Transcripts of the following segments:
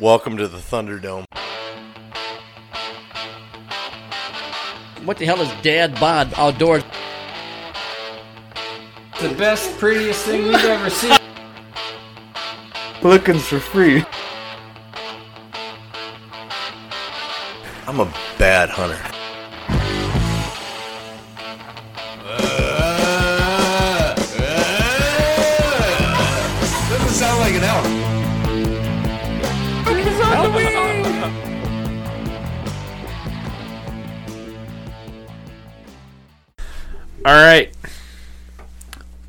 Welcome to the Thunderdome. What the hell is dad bod outdoors? the best, prettiest thing we've ever seen. Looking for free. I'm a bad hunter. Doesn't sound like an elk. All right.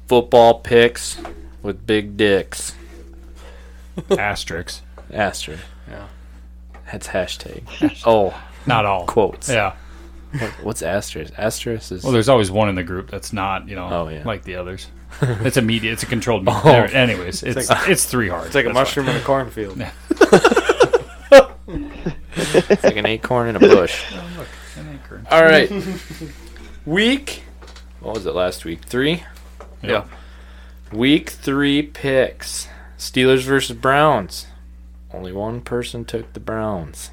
Football picks with big dicks. Asterix. Asterisk. Yeah. That's hashtag. Oh, Not all. quotes. Yeah. What's asterisk? Asterisk is. Well, there's always one in the group that's not, you know, Oh, yeah. like the others. It's a media. It's a controlled media. There- Anyways, it's it's, three hard. It's like a That's mushroom in a cornfield. like an acorn in a bush. fine. An anchor. All right. week. What was it last week? Three? Yeah. Week three picks Steelers versus Browns. Only one person took the Browns.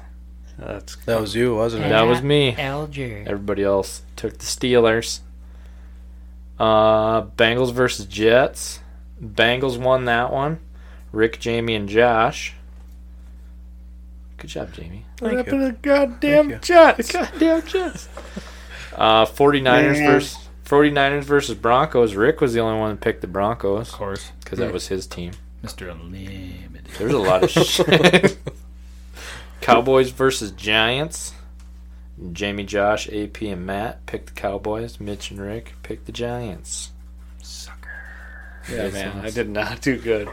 That's That was you, wasn't it? That was me. Alger. Everybody else took the Steelers. Uh, Bengals versus Jets. Bengals won that one. Rick, Jamie, and Josh. Good job, Jamie. Thank you. Goddamn Jets. Goddamn Jets. Uh, 49ers versus 49ers versus Broncos. Rick was the only one that picked the Broncos Of course, because that was his team. Mr. Unlimited. There was a lot of shit. Cowboys versus Giants. Jamie, Josh, AP, and Matt picked the Cowboys. Mitch and Rick picked the Giants. yeah, man. I did not do good.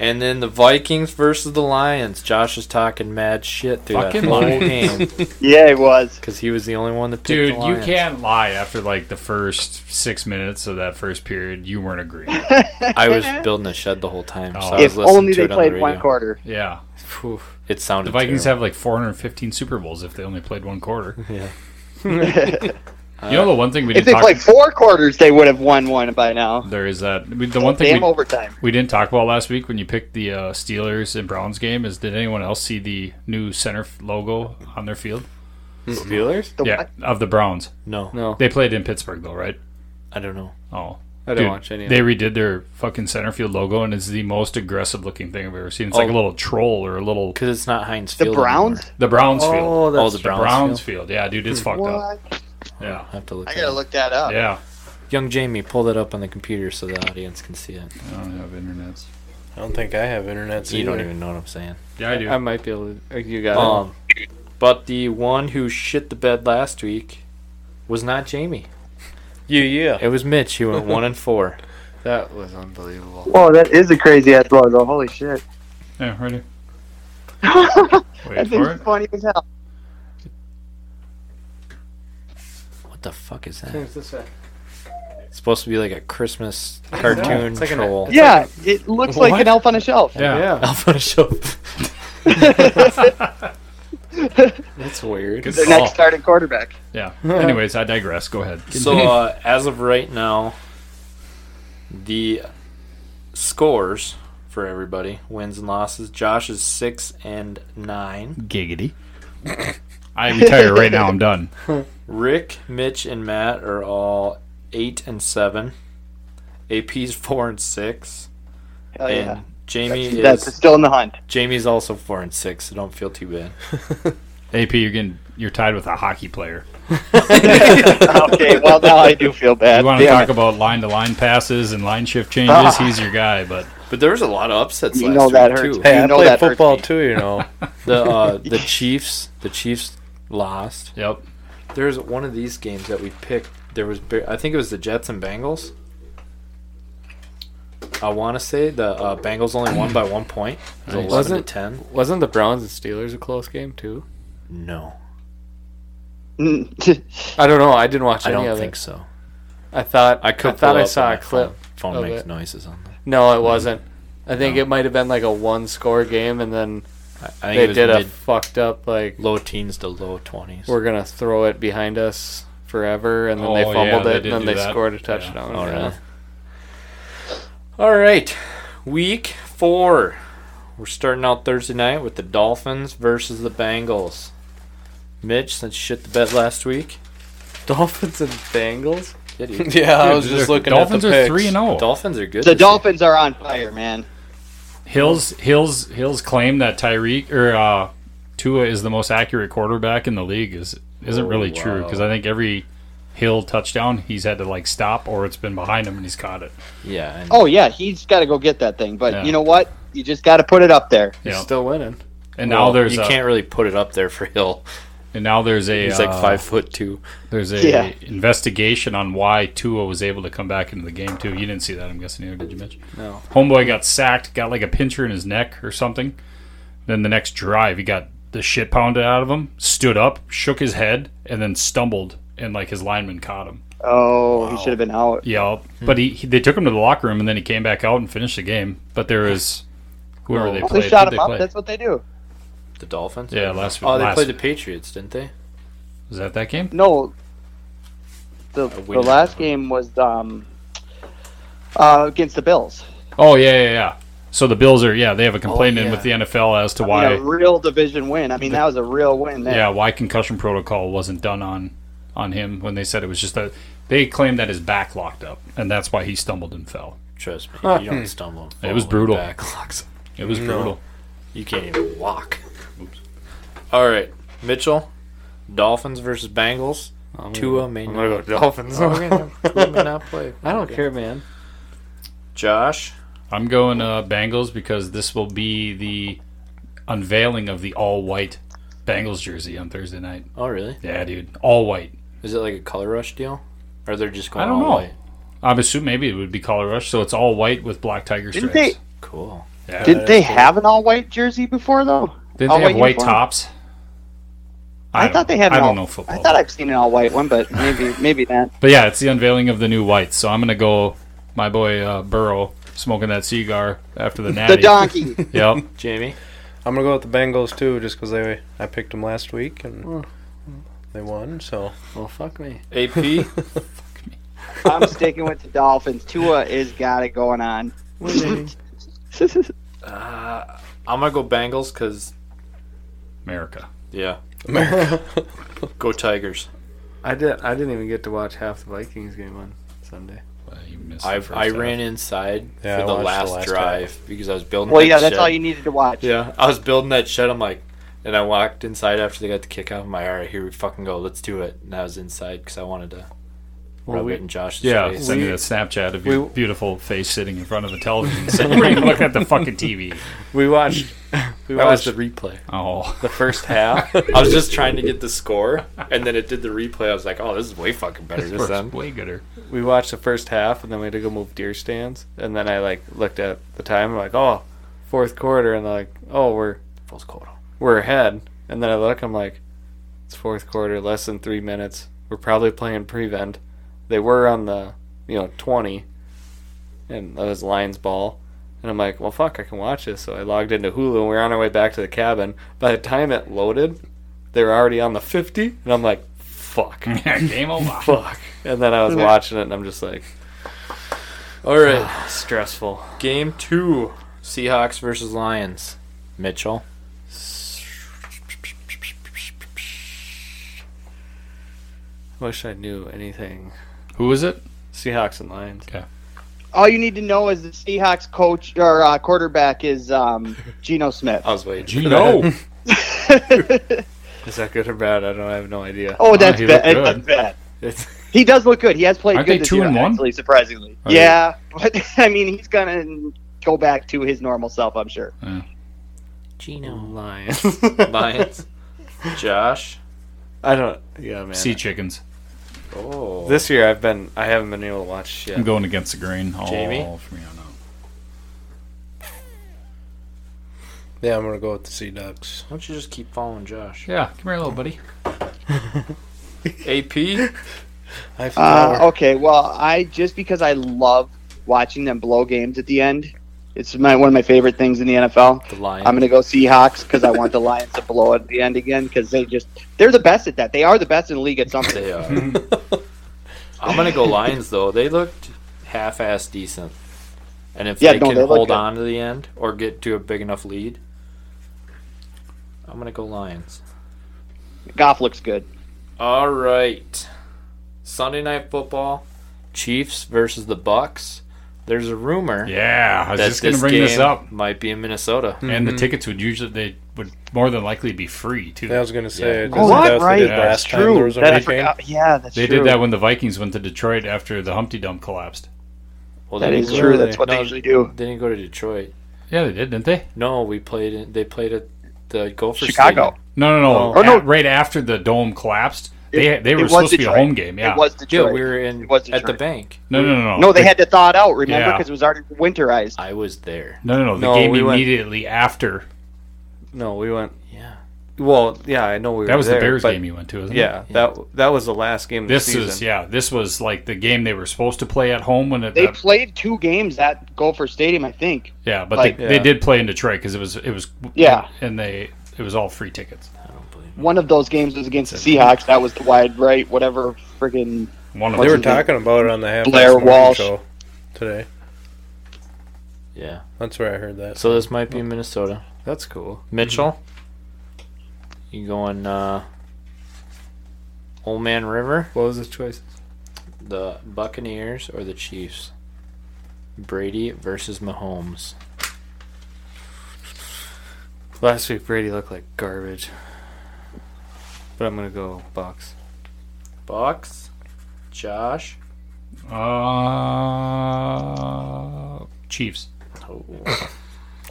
And then the Vikings versus the Lions. Josh was talking mad shit through Fucking that whole Lions. game Yeah, it was. because he was the only one that picked Dude, the you Lions. can't lie after like the first six minutes of that first period. You weren't agreeing. I was building a shed the whole time, so Oh. I was If listening only to it they on the played radio. one quarter. Yeah. Phew. It sounded. The Vikings terrible. have like 415 Super Bowls if they only played one quarter. if You know the one thing we they didn't talk played four quarters, they would have won one by now. there is that we- the one thing Damn we, overtime. we didn't talk about last week when you picked the uh, Steelers and Browns game is did anyone else see the new center f- logo on their field? Steelers? The Yeah, what? of the Browns. No, No, They played in Pittsburgh though, right? I don't know. Oh. I didn't Dude, watch any. Of they it. redid their fucking center field logo, and it's the most aggressive looking thing I've ever seen. It's like Oh. a little troll or a little Because it's not Heinz The Field Browns? anymore. the Browns field. Oh, that's the Browns. Browns field. field. Yeah, dude, it's fucked up. Hmm. What? Yeah, I have to look. I at gotta it. look that up. yeah. Young Jamie, pull that up on the computer so the audience can see it. I don't have internet. I don't think I have internet. You don't even know what I'm saying. Yeah, I do. I might be able to. uh, You got Um, but the one who shit the bed last week was not Jamie. Yeah, yeah. It was Mitch. He went one and four. it. That was unbelievable. Whoa, that is a crazy ass logo. Holy shit. yeah, ready. Wait That for thing's it. funny as hell. What the fuck is that? It's this way. It's supposed to be like a Christmas cartoon It's like an- troll. Yeah, it looks like an elf on a shelf. Yeah. Yeah, Alpha show. that's weird. Good Their call. next starting quarterback. Yeah. Anyways, I digress. Go ahead. So uh, as of right now, the scores for everybody wins and losses. Josh is six and uh, nine. giggity. I retire right now. I'm done. Rick, Mitch, and Matt are all eight and seven. AP's four and six. Hell and Oh, yeah. Jamie is That's still in the hunt. Jamie's also four and six, so don't feel too bad. AP, you're getting you're tied with a hockey player. okay, well now I do feel bad. You want to Damn talk it. about line to line passes and line shift changes? Ah. He's your guy, but But there was a lot of upsets You last know that week hurts. too. Hey, You I know played that hurts football me. too. You know. The uh, the Chiefs the Chiefs lost. yep. There's one of these games that we picked. There was ba- I think it was the Jets and Bengals. I want to say the uh, Bengals only won by one point. It was Nice. eleven Wasn't- to ten. Wasn't the Browns and Steelers a close game too? No, I don't know. I didn't watch I any don't of think it. so. I thought I, I could. thought pull I up saw on a my clip. Phone, of phone makes it. noises on that. No, it wasn't. I think it might have been like a one-score game, and then I think they it was did a mid- fucked up like low teens to low twenties. we're gonna throw it behind us forever, and then they Oh, fumbled yeah, they it, did and then do they that. scored a Yeah. touchdown. Oh, yeah. really? All right, week four. We're starting out Thursday night with the Dolphins versus the Bengals. Mitch, since you shit the bed last week, Dolphins and Bengals. did you? Yeah, I was Dude, just they're- looking Dolphins at the are picks. three and zero. oh. Dolphins are good. The this year. Dolphins are on fire, man. Hills Hills Hills claim that Tyreek or uh, Tua is the most accurate quarterback in the league is isn't really true 'cause true because I think every Hill touchdown he's had to like stop or it's been behind him and he's caught it. Yeah, and Oh yeah, he's got to go get that thing. But Yeah. you know what? You just got to put it up there. Yeah. Still winning. And well, now Oh, there's you a, can't really put it up there for Hill. and now there's a He's uh, like five foot two. There's a Yeah. investigation on why Tua was able to come back into the game too. You didn't see that, I'm guessing either, did you, Mitch? No. Homeboy got sacked, got like a pincher in his neck or something. Then the next drive, he got the shit pounded out of him. Stood up, shook his head, and then stumbled, and like his lineman caught him. Oh, he should have been out. Yeah, Hmm. but he, he they took him to the locker room, and then he came back out and finished the game. But there was whoever Oh. they Well, played. they shot who'd him up. play? That's what they do. The Dolphins. yeah, last week. Oh, they last- played the Patriots, didn't they? was that that game? No, the A the winner. last game was um uh against the Bills. Oh yeah, yeah, yeah. So the Bills are yeah they have a complaint in Oh, yeah. with the NFL as to I mean, why a real division win. I mean, that was a real win. There. Yeah, why concussion protocol wasn't done on on him when they said it was just a they claimed that his back locked up and that's why he stumbled and fell. Trust me, you don't stumble. and fall was when brutal. your Back locks. It was brutal. You can't even walk. All right, Mitchell. Dolphins versus Bengals. Tua Oh, may not. go Dolphins. Tua may not play. I don't care, man. Josh. I'm going uh Bengals because this will be the unveiling of the all white Bengals jersey on Thursday night. Oh, really? Yeah, dude. All white. Is it like a color rush deal? Or they're just going I don't all know. white? I'm assuming maybe it would be color rush, so it's all white with black tiger Didn't stripes. they Cool. yeah. didn't they have an all white jersey before though? Didn't all they have white white uniform? tops? I, don't- thought they had. I an don't all- know football. I thought I've seen an all white one, but maybe maybe not. But yeah, it's the unveiling of the new whites. So I'm gonna go, my boy uh, Burrow smoking that cigar after the natty. The donkey. Yep. Jamie? I'm gonna go with the Bengals too, just because they I picked them last week Mm. and they won. So Well, fuck me. AP? I'm sticking with the Dolphins. Tua is got it going on. I'm going to go Bengals because, America. yeah. go Tigers. I did. I didn't even get to watch half the Vikings game on Sunday. Uh, you missed the I, first I half. ran inside Yeah, I for the watched the last, last drive because I was building Well, that yeah, that's shed. all you needed to watch. Yeah, I was building that shed. I'm like, and I walked inside after they got the kick out. I'm like, all right, here we fucking go. Let's do it. And I was inside because I wanted to rub we- it in Josh's Yeah, face. send me We- that Snapchat of your we- beautiful face sitting in front of the television, sitting right looking at the fucking TV. We watched. We That was watched the replay. Oh, the first half. I was just trying to get the score, and then it did the replay. I was like, oh, this is way fucking better this works time. way gooder. we watched the first half and then we had to go move deer stands and then i like looked at the time like oh fourth quarter and like oh we're False quarter. we're ahead and then i look i'm like it's fourth quarter less than three minutes we're probably playing prevent they were on the you know 20 and that was lions ball and i'm like well fuck i can watch this so i logged into hulu and we are on our way back to the cabin by the time it loaded they were already on the 50 and i'm like fuck Game over. fuck and then i was watching it and i'm just like All right, stressful game two: Seahawks versus Lions. Mitchell. Wish I knew anything. Who is it? Seahawks and Lions. All you need to know is the Seahawks coach or uh, quarterback is um, Geno Smith. I was waiting. Gino. Oh, Is that good or bad? I don't. I have no idea. oh, that's he looked bad. That's good. bad. It's, He does look good. He has played Aren't good they this two year, and one? Oh, actually, surprisingly. Are they- yeah, but I mean, he's gonna go back to his normal self, I'm sure. Gino. Lions. Lions. Josh. I don't. Yeah, man. Sea chickens. Oh. This year I've been. I haven't been able to watch shit. I'm going against the grain. Oh, All Jamie? from here on out. yeah, I'm gonna go with the Sea Ducks. Why don't you just keep following Josh? Yeah, come here, little buddy. AP. I Uh, flower. okay, well, I just because I love watching them blow games at the end. It's my one of my favorite things in the NFL. The Lions. I'm gonna go Seahawks because I want the Lions to blow at the end again because they just they're the best at that. They are the best in the league at something. They are. I'm gonna go Lions though. They looked half-ass decent And if Yeah, they no, they can look hold good. on to the end or get to a big enough lead, I'm going to go Lions. Goff looks good. All right. Sunday night football, Chiefs versus the Bucks. There's a rumor Yeah, I was that just going this to bring game Mm-hmm. this up. might be in Minnesota. And the tickets would usually they would more than likely be free too. I was gonna say. Yeah. isn't that what they did last time there was a That I hurricane? forgot. Yeah, that's They true. did that when the Vikings went to Detroit after the Humpty Dump collapsed. Well, That they is didn't go- true. That's what No, they usually do. They didn't go to Detroit. Yeah, they did, didn't they? No, we played. In, they played at the Gopher Chicago. No, no, no. Oh, no. At- right after the dome collapsed, they they It were was supposed to be Detroit. a home game. Yeah, It was Stadium. Detroit. Yeah, we were in It was at the Detroit. bank. no, no, no, no. No, they The- had to thaw it out. Remember, Yeah. because it was already winterized. I was there. no, no, no. The No, game we went- immediately after No, we went. Yeah. Well, yeah, I know we were that was there, the Bears but game you went to, isn't it? Yeah, that that was the last game. Of This the season. is yeah. This was like the game they were supposed to play at home when it. They that- played two games at Gopher Stadium, I think. yeah, but like- they, they Yeah. did play in Detroit because it was it was Yeah. and they it was all free tickets. I don't believe. One of those games was against the Seahawks. That was the wide right, whatever friggin' One They were of them. What's his name? talking about it on the half Blair Walsh. show today. It. Yeah. That's where I heard that. So this might be in Minnesota. That's cool. Mitchell, you going? Uh, Old Man River, What was his choice? the Buccaneers, or the Chiefs? Brady versus Mahomes. Last week Brady looked like garbage, but I'm gonna go Bucks. Bucks. Josh. Uh, Chiefs. Oh,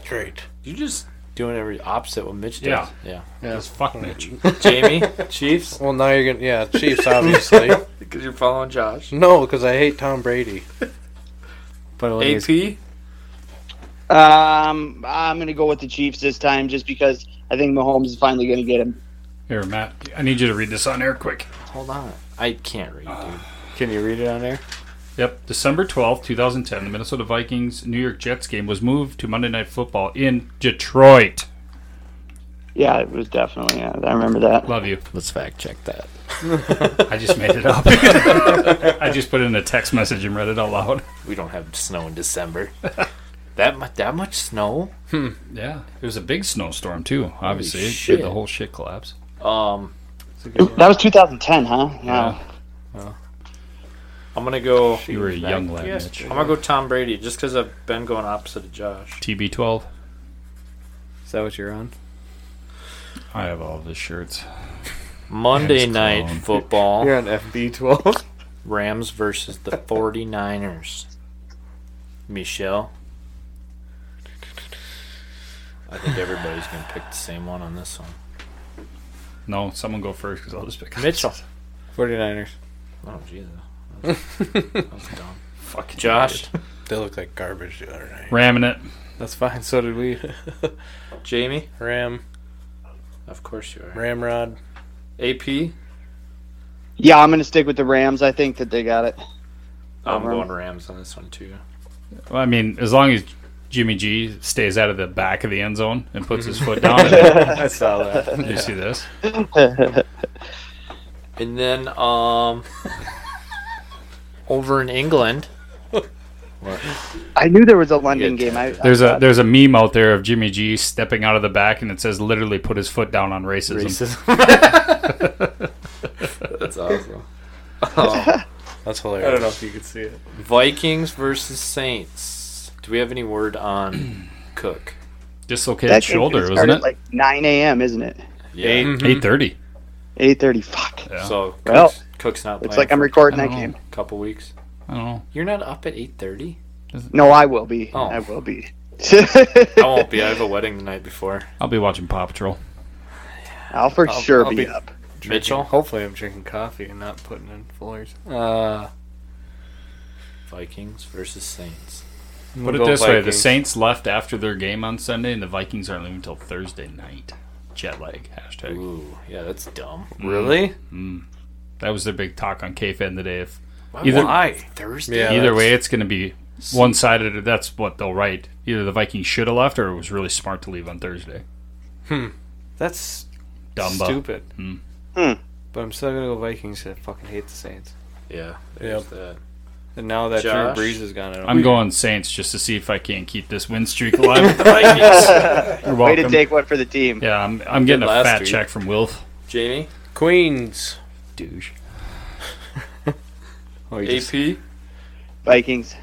Great. you just doing every opposite what Mitch does. Yeah. Yeah. Yes, fuck Mitch. Jamie, Chiefs, Well, now you're gonna yeah Chiefs obviously. because you're following Josh. no, because I hate Tom Brady. But when he's- AP. Um, I'm gonna go with the Chiefs this time, just because I think Mahomes is finally gonna get him. Here, Matt, I need you to read this on air quick. Hold on. I can't read, dude. can you read it on air? Yep. December twelfth, two 2010, the Minnesota Vikings New York Jets game was moved to Monday Night Football in Detroit. Yeah, it was definitely. Yeah, I remember that. Love you. Let's fact check that. I just made it up. I just put in a text message and read it out loud. We don't have snow in December. that much? That much snow? Yeah. It was a big snowstorm, too, obviously. Holy It shit. did the whole shit collapse. Um, That was 2010, huh? Yeah. I'm gonna go. You were a young lad, Mitch. I'm gonna go Tom Brady, just because I've been going opposite of Josh. TB12. Is that what you're on? I have all of his shirts. Monday Rams night clone. football. You're on FB12. Rams versus the 49ers. Michelle. I think everybody's going to pick the same one on this one. No, someone go first because I'll just pick Mitchell. 49ers. Oh, Jesus. That was, that was dumb. Fuck Josh. They look like garbage the other night. Ramming it. That's fine. So did we. Jamie. Ram, Of course you are. Ramrod. AP. Yeah, I'm gonna stick with the Rams. I think that they got it. I'm Ram. going Rams on this one, too. Well, I mean, as long as Jimmy G stays out of the back of the end zone and puts his foot down. Did I saw that. you see this? And then, um, over in England, I knew there was a London Yeah. game. I, There's a there's a meme out there of Jimmy G stepping out of the back and it says literally put his foot down on racism. Racism. that's awesome. That's I don't know hilarious. if you could see it. Vikings versus Saints. Do we have any word on Cook? Dislocated that game shoulder, started wasn't at it? Like 9 a.m., isn't it? Yeah. Mm-hmm. Eight thirty. 8:30. Fuck. Yeah. So Cook's, Well, Cook's not playing. It's like I'm for recording I that don't know. game. a couple weeks. I don't know. You're not up at 8:30. No, I will be. Oh. I will be. I won't be. I have a wedding the night before. I'll be watching Paw Patrol. I'll for sure I'll be, be- up. Mitchell, Hopefully, I'm drinking coffee and not putting in floors. Uh, Vikings versus Saints. I'm Put gonna it go this way: the Vikings. Saints left after their game on Sunday, and the Vikings aren't leaving until Thursday night. Jet lag hashtag. Ooh, yeah, that's dumb. Really? That was their big talk on KFN today. If Either Either- Why? Thursday. Yeah, either that's- way, it's going to be one sided. or That's what they'll write. Either the Vikings should have left, or it was really smart to leave on Thursday. That's Dumbo. stupid. Hmm. Hmm. But I'm still gonna go Vikings. 'cause I fucking hate the Saints. Yeah. Yep. there's that. And now that Josh? Drew Brees is gone, I don't I'm going Saints just to see if I can't keep this win streak alive. with the Vikings. You're Way to welcome. take one for the team. Yeah, I'm, I'm getting a Last fat week. check from Wilf. Jamie, Queens. Douche. Oh, you just- AP. Vikings.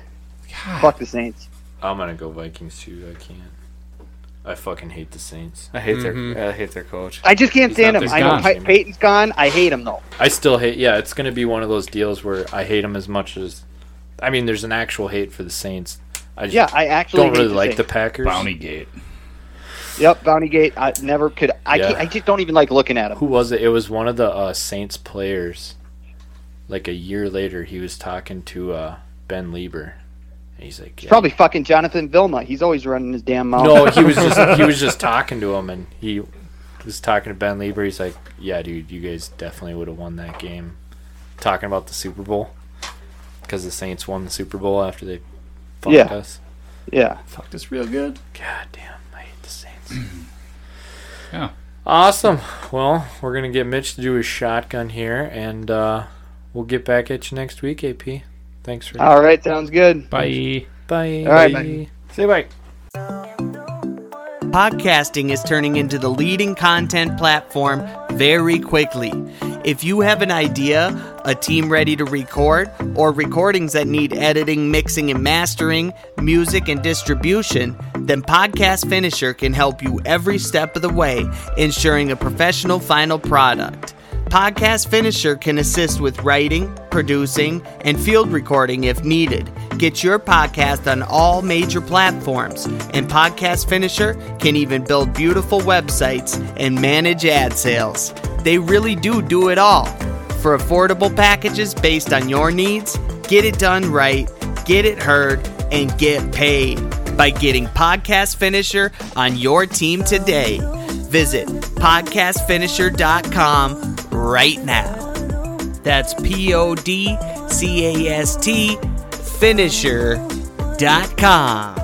Fuck the Saints. I'm gonna go Vikings too. I can't. I fucking hate the Saints. I hate Mhm. their I hate their coach. I just can't He's stand not- him. he's I know gone. Pey- Peyton's gone. I hate him though. I still hate. Yeah, it's gonna be one of those deals where I hate them as much as. I mean, there's an actual hate for the Saints. I just Yeah, I actually don't hate really the like the Saints. Packers. Bounty Gate. Yep, Bounty Gate. I never could. I Yeah. can't, I just don't even like looking at him. Who was it? It was one of the uh, Saints players. Like a year later, he was talking to uh, Ben Lieber, and he's like, yeah, Probably fucking Jonathan Vilma. He's always running his damn mouth. No, he was just he was just talking to him, and he was talking to Ben Lieber. He's like, "Yeah, dude, you guys definitely would have won that game." Talking about the Super Bowl because the Saints won the Super Bowl after they fucked Yeah. us. Yeah. Fuck this real good. God damn, I hate the Saints. Yeah. Awesome. Well, we're gonna get Mitch to do his shotgun here, and uh, we'll get back at you next week, AP. Thanks for All right. Sounds good. Bye. bye. All right, bye. bye. Say bye. Podcasting is turning into the leading content platform very quickly. If you have an idea, a team ready to record, or recordings that need editing, mixing, and mastering, music, and distribution, then Podcast Finisher can help you every step of the way, ensuring a professional final product. Podcast Finisher can assist with writing, producing, and field recording if needed. Get your podcast on all major platforms, and Podcast Finisher can even build beautiful websites and manage ad sales. They really do do it all. For affordable packages based on your needs, get it done right, get it heard, and get paid by getting Podcast Finisher on your team today. Visit podcastfinisher.com right now. That's P O D C A S T finisher.com.